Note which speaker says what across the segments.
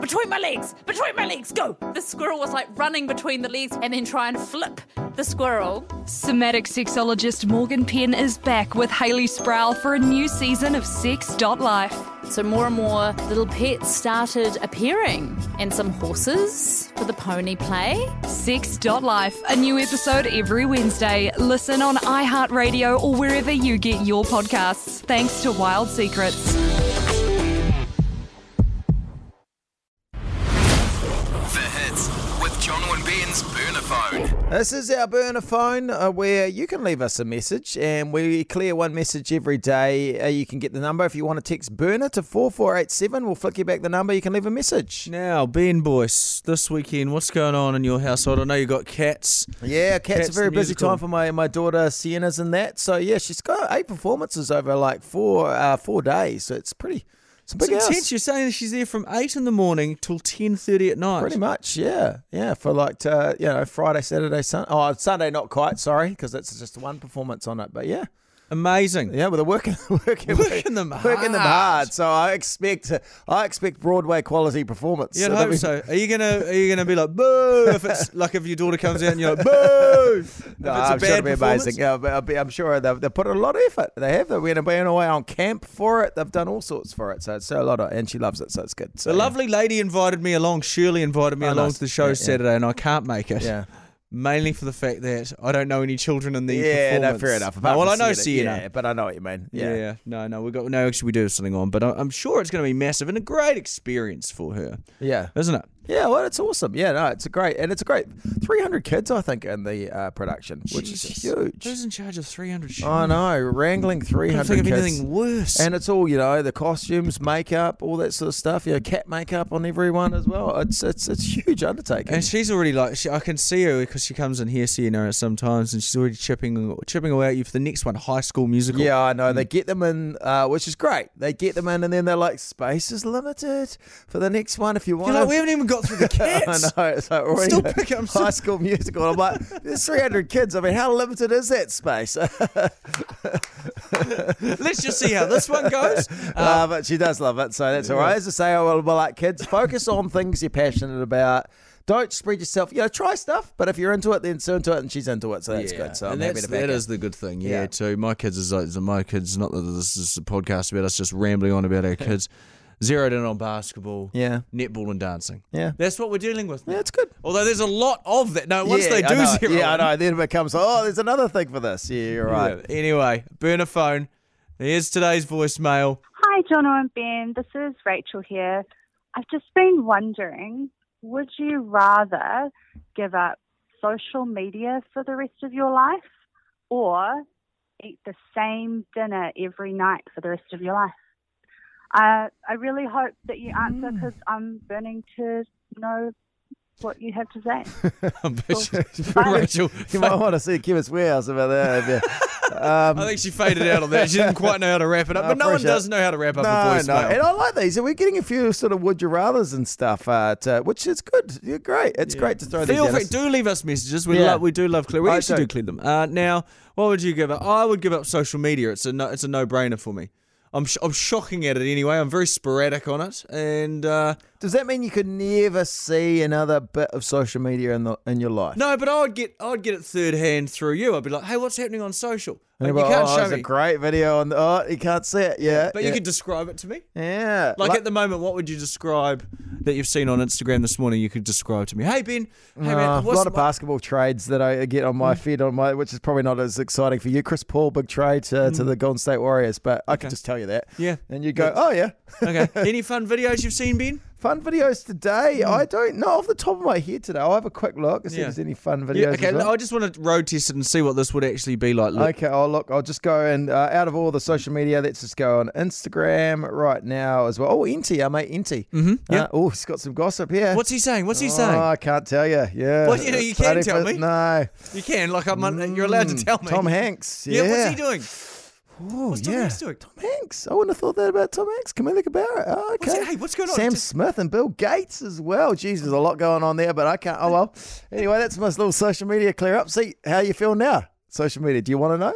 Speaker 1: between my legs, between my legs, go! The squirrel was like running between the legs and then try and flip the squirrel.
Speaker 2: Somatic sexologist Morgan Penn is back with Haley Sproul for a new season of Sex.life.
Speaker 1: So more and more little pets started appearing, and some horses for the pony play.
Speaker 2: Sex.life, a new episode every Wednesday. Listen on iHeartRadio or wherever you get your podcasts. Thanks to Wild Secrets.
Speaker 3: The hits with Jono and Ben's burner phone.
Speaker 4: This is our burner phone uh, where you can leave us a message and we clear one message every day. Uh, you can get the number if you want to text burner to 4487. We'll flick you back the number. You can leave a message.
Speaker 5: Now, Ben Boyce, this weekend, what's going on in your household? I know you got cats.
Speaker 4: Yeah, cat's,
Speaker 5: Cat's
Speaker 4: a very
Speaker 5: the
Speaker 4: busy
Speaker 5: musical.
Speaker 4: time for my, my daughter Sienna's and that. So yeah, she's got eight performances over like four uh, four days. So it's pretty it's a big
Speaker 5: it's
Speaker 4: house.
Speaker 5: intense. You're saying that she's there from eight in the morning till ten thirty at night.
Speaker 4: Pretty much, yeah, yeah. For like, uh, you know, Friday, Saturday, Sunday. Oh, Sunday, not quite. Sorry, because that's just one performance on it. But yeah,
Speaker 5: Amazing.
Speaker 4: yeah, well, they're working, working,
Speaker 5: Working them
Speaker 4: working them
Speaker 5: hard.
Speaker 4: hard. So I expect, I expect Broadway quality performance.
Speaker 5: You'd
Speaker 4: So
Speaker 5: hope
Speaker 4: that'll
Speaker 5: so. Are you gonna Are you gonna be like boo if it's like if your daughter comes out and you're like boo?
Speaker 4: be- No, I'm sure it'll be amazing. Yeah, but I'll be- I'm sure they've, they've put in a lot of effort. They have. They've been been away on camp for it. They've done all sorts for it. So it's a lot of, and she loves it. So it's good. So,
Speaker 5: The lovely lady invited me along. Shirley invited me
Speaker 4: Oh,
Speaker 5: along
Speaker 4: nice.
Speaker 5: to the show
Speaker 4: Yeah, yeah.
Speaker 5: Saturday, and I can't make it.
Speaker 4: Yeah.
Speaker 5: Mainly for the fact that I don't know any children in the
Speaker 4: Yeah, no,
Speaker 5: performance.
Speaker 4: fair enough.
Speaker 5: No,
Speaker 4: Apart
Speaker 5: well, I
Speaker 4: from
Speaker 5: know
Speaker 4: Sienna,
Speaker 5: Sienna.
Speaker 4: Yeah, but I know what you mean.
Speaker 5: Yeah. no, no, we got no. Actually, we do have something on, but I- I'm sure it's going to be massive and a great experience for her,
Speaker 4: yeah.
Speaker 5: isn't it?
Speaker 4: Yeah, well, it's awesome. Yeah, no, it's a great, and it's a great 300 kids, I think, in the uh, production, which is
Speaker 5: Jesus.
Speaker 4: huge.
Speaker 5: Who's in charge of 300 shows?
Speaker 4: I know, wrangling
Speaker 5: I can't think
Speaker 4: 300
Speaker 5: of
Speaker 4: kids.
Speaker 5: anything worse.
Speaker 4: And it's all, you know, the costumes, makeup, all that sort of stuff. You know, cat makeup on everyone as well. It's it's it's a huge undertaking.
Speaker 5: And she's already like, she, I can see her because she comes in here seeing her sometimes, and she's already chipping chipping away at you for the next one, High School Musical.
Speaker 4: Yeah, I know.
Speaker 5: Mm.
Speaker 4: They get them in, uh, which is great. They get them in, and then they're like, space is limited for the next one if you want.
Speaker 5: You're like, we haven't even got through the
Speaker 4: I
Speaker 5: cats.
Speaker 4: know. It's like already
Speaker 5: still picking- I'm still-
Speaker 4: high school musical. I'm like, there's 300 kids. I mean, how limited is that space?
Speaker 5: Let's just see how this one goes.
Speaker 4: uh,
Speaker 5: Um,
Speaker 4: but she does love it, so that's all right. As I say, I will be like kids, focus on things you're passionate about. Don't spread yourself. You know, try stuff, but if you're into it, then so into it, and she's into it, so that's good. So I'm
Speaker 5: and
Speaker 4: happy
Speaker 5: that's-
Speaker 4: to back
Speaker 5: that
Speaker 4: it.
Speaker 5: is the good thing. Yeah,
Speaker 4: Yeah.
Speaker 5: too. My kids is like my kids. Not that this is a podcast about us just rambling on about our kids. Zeroed in on basketball,
Speaker 4: Yeah.
Speaker 5: netball and dancing.
Speaker 4: Yeah.
Speaker 5: that's what we're dealing with.
Speaker 4: Yeah,
Speaker 5: now.
Speaker 4: it's good.
Speaker 5: Although there's a lot of that. No, once
Speaker 4: yeah,
Speaker 5: they
Speaker 4: I
Speaker 5: do
Speaker 4: know.
Speaker 5: zero,
Speaker 4: yeah, I
Speaker 5: in-
Speaker 4: know. Then it becomes oh, there's another thing for this. Yeah, you're right.
Speaker 5: Yeah. Anyway, burn a phone. Here's today's voicemail.
Speaker 6: Hi, Jono and Ben. This is Rachel here. I've just been wondering would you rather give up social media for the rest of your life or eat the same dinner every night for the rest of your life? Uh, I really hope that you answer because I'm burning to know what you have to say.
Speaker 5: Rachel,
Speaker 4: You might want to see Kim's warehouse about that. yeah. Um,
Speaker 5: I think she faded out on that. She didn't quite know how to wrap it up,
Speaker 4: I
Speaker 5: but no one
Speaker 4: appreciate
Speaker 5: does
Speaker 4: it.
Speaker 5: know how to wrap up
Speaker 4: no,
Speaker 5: a
Speaker 4: no,
Speaker 5: voicemail.
Speaker 4: and I like these. We're getting a few sort of would you rather's and stuff, uh, to, which is good. You're great. It's great to throw
Speaker 5: Feel
Speaker 4: these. at
Speaker 5: free.
Speaker 4: us.
Speaker 5: Do leave us messages. We
Speaker 4: Yeah.
Speaker 5: love. We do love clear. We
Speaker 4: I
Speaker 5: actually do
Speaker 4: do.
Speaker 5: clear them. Uh, now, what would you give up? I would give up social media. It's a no, it's a no brainer for me. I'm sh- I'm shocking at it anyway. I'm very sporadic on it, and uh,
Speaker 4: Does that mean you could never see another bit of social media in the in your life?
Speaker 5: no, but I'd get I'd get it third hand through you. I'd be like, hey, what's happening on social?
Speaker 4: And you're
Speaker 5: Like, you
Speaker 4: like,
Speaker 5: can't
Speaker 4: oh,
Speaker 5: show
Speaker 4: it's
Speaker 5: me,
Speaker 4: a great video on. The, oh, you can't see it. Yeah,
Speaker 5: but
Speaker 4: yeah.
Speaker 5: you could describe it to me.
Speaker 4: Yeah,
Speaker 5: Like, at the moment, what would you describe that you've seen on Instagram this morning? You could describe to me. Hey Ben, hey
Speaker 4: Uh,
Speaker 5: man,
Speaker 4: a
Speaker 5: what's Hmm.
Speaker 4: lot of basketball trades that I get on my feed on my, which is probably not as exciting for you. Chris Paul, big trade to, to the Golden State Warriors, but I could just tell you that.
Speaker 5: Hmm. Yeah.
Speaker 4: and you go, oh yeah,
Speaker 5: okay. Any fun videos you've seen, Ben?
Speaker 4: fun videos today. I don't know off the top of my head today. I'll have a quick look and see
Speaker 5: Hmm. Yeah.
Speaker 4: if there's any fun videos.
Speaker 5: Yeah, okay,
Speaker 4: as well.
Speaker 5: I just want to road test it and see what this would actually be like. Look,
Speaker 4: Okay, I'll look. I'll just go and uh, out of all the social media, let's just go on Instagram right now as well. Oh, Inti, our mate Inti. Mm-hmm.
Speaker 5: yeah.
Speaker 4: oh, he's got some gossip here.
Speaker 5: What's he saying? What's he
Speaker 4: Oh,
Speaker 5: saying?
Speaker 4: I can't tell you. Yeah.
Speaker 5: Well, you know, you
Speaker 4: It's
Speaker 5: can
Speaker 4: only
Speaker 5: tell
Speaker 4: for-
Speaker 5: me.
Speaker 4: No.
Speaker 5: You can, like, I'm, un you're allowed to tell me.
Speaker 4: Mm, Tom Hanks.
Speaker 5: Yeah,
Speaker 4: Yeah.
Speaker 5: what's he doing?
Speaker 4: Oh,
Speaker 5: What's Tom
Speaker 4: yeah.
Speaker 5: Hanks doing?
Speaker 4: Tom Hanks. I wouldn't have thought that about Tom Hanks. Camilla Cabera. Oh,
Speaker 5: What's-
Speaker 4: okay.
Speaker 5: hey, what's going on?
Speaker 4: Sam
Speaker 5: Just-
Speaker 4: Smith and Bill Gates as well. Jeez, there's a lot going on there, but I can't. Oh, well. Anyway, that's my little social media clear up. See how you feel now. Social media. Do you want to know?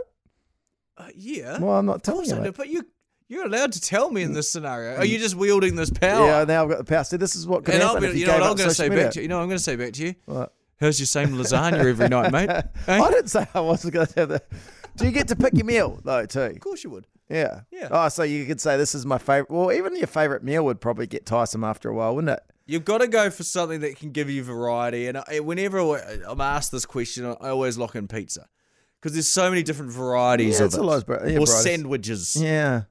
Speaker 5: Uh, yeah.
Speaker 4: Well, I'm not
Speaker 5: Of
Speaker 4: telling
Speaker 5: course
Speaker 4: you.
Speaker 5: I
Speaker 4: mate.
Speaker 5: do, but you, You're allowed to tell me in this scenario. Are you just wielding this
Speaker 4: Mm.
Speaker 5: power?
Speaker 4: Yeah, now I've got the power. So this is what could
Speaker 5: and I'll
Speaker 4: happen
Speaker 5: be,
Speaker 4: if you,
Speaker 5: you know what
Speaker 4: gave
Speaker 5: I'm
Speaker 4: up
Speaker 5: going to
Speaker 4: social
Speaker 5: say
Speaker 4: media.
Speaker 5: back to you. You know what I'm going to say back to you.
Speaker 4: What?
Speaker 5: How's your same lasagna every night, mate? Eh?
Speaker 4: I
Speaker 5: Of
Speaker 4: didn't say I wasn't going to have that. Do you get to pick your meal though too?
Speaker 5: course you would.
Speaker 4: Yeah.
Speaker 5: Yeah.
Speaker 4: Oh, so you could say this is my favorite. Well, even your favorite meal would probably get tiresome after a while, wouldn't it?
Speaker 5: You've got to go for something that can give you variety. And I, whenever I- I'm asked this question, I always lock in pizza because there's so many different varieties
Speaker 4: Yeah,
Speaker 5: of
Speaker 4: it's
Speaker 5: it,
Speaker 4: a lot of bri- yeah,
Speaker 5: or
Speaker 4: varieties.
Speaker 5: sandwiches.
Speaker 4: Yeah.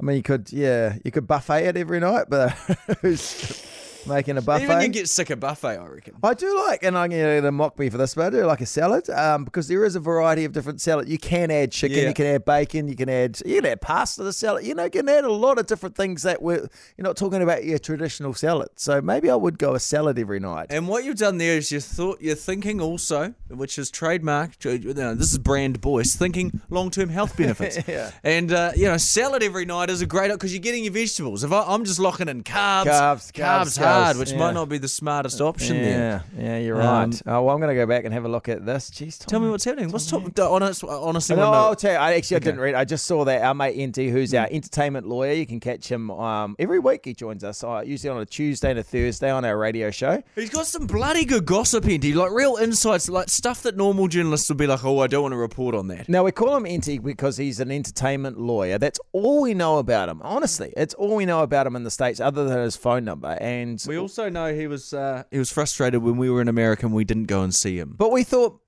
Speaker 4: I mean, you could, yeah, you could buffet it every night, but who's making a buffet?
Speaker 5: Even you get sick of buffet, I reckon.
Speaker 4: I do like, and I'm going to mock me for this, but I do like a salad um, because there is a variety of different salad. You can add chicken,
Speaker 5: Yeah.
Speaker 4: you can add bacon, you can add you can add pasta to the salad. You know, you can add a lot of different things that we're you're not talking about your traditional salad. So maybe I would go a salad every night.
Speaker 5: And what you've done there is you thought you're thinking also, which is trademark. tr- You know, this is brand boys thinking long-term health benefits.
Speaker 4: Yeah.
Speaker 5: And uh, you know, salad every night is a great because you're getting your vegetables. If I, I'm just locking in carbs,
Speaker 4: Carbs, carbs,
Speaker 5: hard,
Speaker 4: carbs,
Speaker 5: which
Speaker 4: yeah.
Speaker 5: might not be the smartest option there.
Speaker 4: yeah, yeah, you're
Speaker 5: Um,
Speaker 4: right. Oh, well, I'm going to go back and have a look at this. Jeez,
Speaker 5: Tell me what's happening. What's top? Honest, honestly,
Speaker 4: No,
Speaker 5: wanna know. Hmm.
Speaker 4: I'll tell you. I actually I didn't read. I just saw that our mate NT, who's our entertainment lawyer, you can catch him um, every week. He joins us uh, usually on a Tuesday and a Thursday on our radio show.
Speaker 5: He's got some bloody good gossip in, dude. Like real insights, like stuff that normal journalists would be like, "Oh, I don't want to report on that."
Speaker 4: Now we call him NT because he's an entertainment lawyer. That's all we know about him. Honestly,
Speaker 5: Mm.
Speaker 4: it's all we know about him in the states, other than his phone number. And
Speaker 5: We also know he was uh, he was frustrated when we were in America and we didn't go and see him.
Speaker 4: but we thought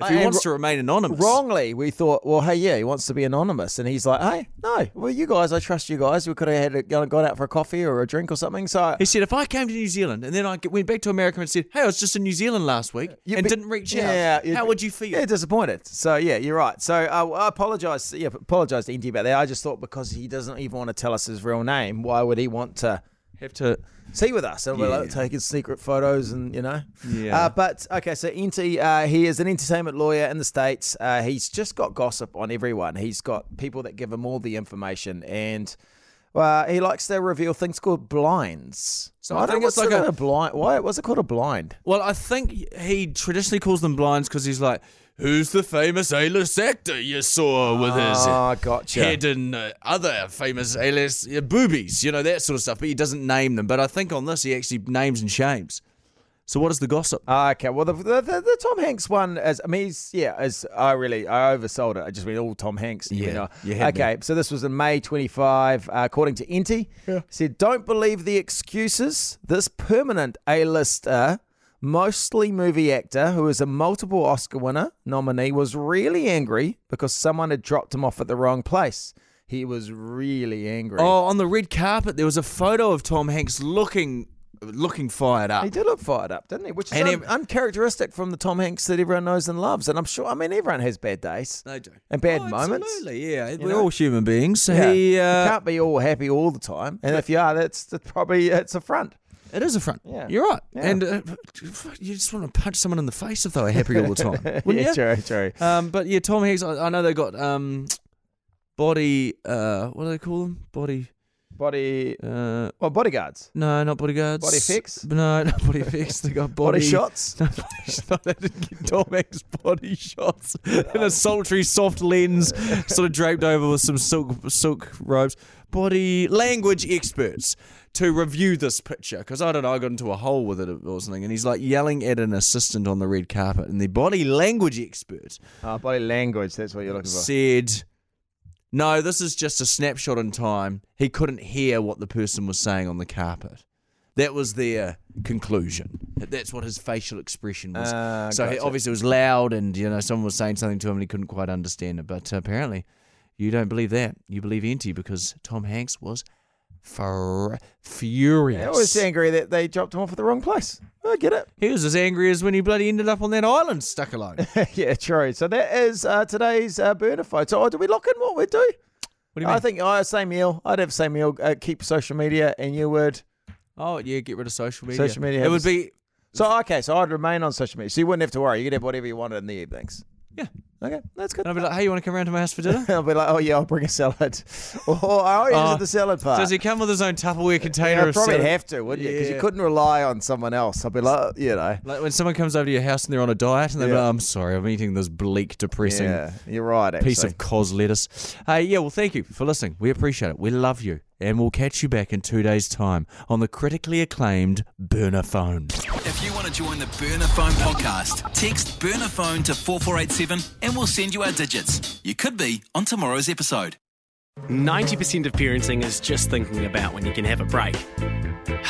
Speaker 5: If he
Speaker 4: and
Speaker 5: wants
Speaker 4: wr-
Speaker 5: to remain anonymous,
Speaker 4: wrongly, we thought, well, hey, yeah, he wants to be anonymous, and he's like, hey, no, well, you guys, I trust you guys. We could have had a, gone out for a coffee or a drink or something. So
Speaker 5: He said, if I came to New Zealand and then I g- went back to America and said, hey, I was just in New Zealand last week
Speaker 4: You'd
Speaker 5: and
Speaker 4: be-
Speaker 5: didn't reach out,
Speaker 4: you'd
Speaker 5: how
Speaker 4: be-
Speaker 5: would you feel?
Speaker 4: Yeah, disappointed. So yeah, you're right. So uh, I apologize. Yeah, apologize to Indy about that. I just thought because he doesn't even want to tell us his real name, why would he want to
Speaker 5: Have to.
Speaker 4: see with us and we're like
Speaker 5: Yeah.
Speaker 4: taking secret photos and you know?
Speaker 5: Yeah.
Speaker 4: Uh, but okay, so Inty, uh, he is an entertainment lawyer in the states. Uh, he's just got gossip on everyone. He's got people that give him all the information and. Uh, he likes to reveal things called blinds. So
Speaker 5: I
Speaker 4: I, think
Speaker 5: think
Speaker 4: it's
Speaker 5: it's
Speaker 4: like
Speaker 5: like
Speaker 4: a,
Speaker 5: a-
Speaker 4: blind. Why was it called a blind?
Speaker 5: Well, I think he traditionally calls them blinds because he's like, who's the famous A-list actor you saw with
Speaker 4: Ah,
Speaker 5: his
Speaker 4: gotcha.
Speaker 5: head and uh, other famous A-list uh, boobies, you know, that sort of stuff. But he doesn't name them. But I think on this, he actually names and shames. So what is the gossip?
Speaker 4: Ah, Okay, well the, the the the Tom Hanks one is I mean he's, yeah is I really I oversold it I just went all Tom Hanks you
Speaker 5: Yeah,
Speaker 4: know.
Speaker 5: you had me.
Speaker 4: okay so this was in May 25 uh, according to Inti said don't believe the excuses this permanent A-lister mostly movie actor who is a multiple Oscar winner nominee was really angry because someone had dropped him off at the wrong place he was really angry
Speaker 5: Oh, on the red carpet, there was a photo of Tom Hanks looking looking fired up.
Speaker 4: He did look fired up, didn't he? Which is
Speaker 5: And
Speaker 4: un-
Speaker 5: ev-
Speaker 4: uncharacteristic from the Tom Hanks that everyone knows and loves. And I'm sure, I mean, everyone has bad days
Speaker 5: They do.
Speaker 4: and bad
Speaker 5: Oh,
Speaker 4: moments.
Speaker 5: Absolutely, yeah. We're
Speaker 4: know?
Speaker 5: all human beings.
Speaker 4: Yeah.
Speaker 5: He,
Speaker 4: you
Speaker 5: uh,
Speaker 4: can't be all happy all the time. And if you are, that's, that's probably uh, it's a front.
Speaker 5: it is a front.
Speaker 4: Yeah.
Speaker 5: You're right.
Speaker 4: Yeah.
Speaker 5: And uh, you just want to punch someone in the face if they were happy all the time, wouldn't
Speaker 4: yeah,
Speaker 5: you?
Speaker 4: true, true.
Speaker 5: Um, but yeah, Tom Hanks. I, I know they got um, body. Uh, what do they call them? Body.
Speaker 4: Body,
Speaker 5: Uh,
Speaker 4: well, bodyguards,
Speaker 5: no, not bodyguards.
Speaker 4: Body fix?
Speaker 5: No, not body fix. They got
Speaker 4: body,
Speaker 5: body,
Speaker 4: shots.
Speaker 5: No, they didn't get Tom Hanks body shots in a sultry soft lens, sort of draped over with some silk silk robes. Body language experts to review this picture because I don't know. I got into a hole with it or something, and he's like yelling at an assistant on the red carpet, and the body language expert
Speaker 4: Ah, body language. That's what you're looking for.
Speaker 5: said. No, this is just a snapshot in time. He couldn't hear what the person was saying on the carpet. That was their conclusion. That's what his facial expression was.
Speaker 4: Ah,
Speaker 5: so he,
Speaker 4: gotcha.
Speaker 5: obviously it was loud, and you know someone was saying something to him, and he couldn't quite understand it. But apparently, you don't believe that. You believe Enty because Tom Hanks was fur- furious.
Speaker 4: I was angry that they dropped him off at the wrong place. I get it.
Speaker 5: he was as angry as when he bloody ended up on that island stuck alone. what
Speaker 4: yeah, true. So that is uh, today's uh, burner photo. Oh, do we lock in what we do?
Speaker 5: do you mean?
Speaker 4: I think I same meal. I'd have same meal. Uh, keep social media, and you would.
Speaker 5: oh yeah, get rid of social media.
Speaker 4: Social media
Speaker 5: It would
Speaker 4: has-
Speaker 5: be
Speaker 4: So okay, so I'd remain on social media. So you wouldn't have to worry. You could have whatever you wanted in the evenings.
Speaker 5: Yeah.
Speaker 4: Okay, that's good.
Speaker 5: And I'll be like, hey, you want to come round to my house for dinner?
Speaker 4: I'll be like, oh yeah, I'll bring a salad. Or I already
Speaker 5: Uh,
Speaker 4: did the salad part.
Speaker 5: Does he come with his own Tupperware container
Speaker 4: Yeah,
Speaker 5: of
Speaker 4: I'd probably
Speaker 5: salad?
Speaker 4: have to, wouldn't you? Because you
Speaker 5: Yeah.
Speaker 4: couldn't rely on someone else. I'd be like, you know,
Speaker 5: Like when someone comes over to your house and they're on a diet and they're
Speaker 4: Yeah.
Speaker 5: like, I'm sorry, I'm eating this bleak, depressing
Speaker 4: yeah, you're right. Actually.
Speaker 5: piece of cos lettuce. Uh, yeah, well, thank you for listening. We appreciate it. We love you. And we'll catch you back in two days' time on the critically acclaimed Burner Phone.
Speaker 3: If you want to join the Burner Phone podcast, text Burner Phone to 4487 and we'll send you our digits. You could be on tomorrow's episode.
Speaker 7: 90% of parenting is just thinking about when you can have a break.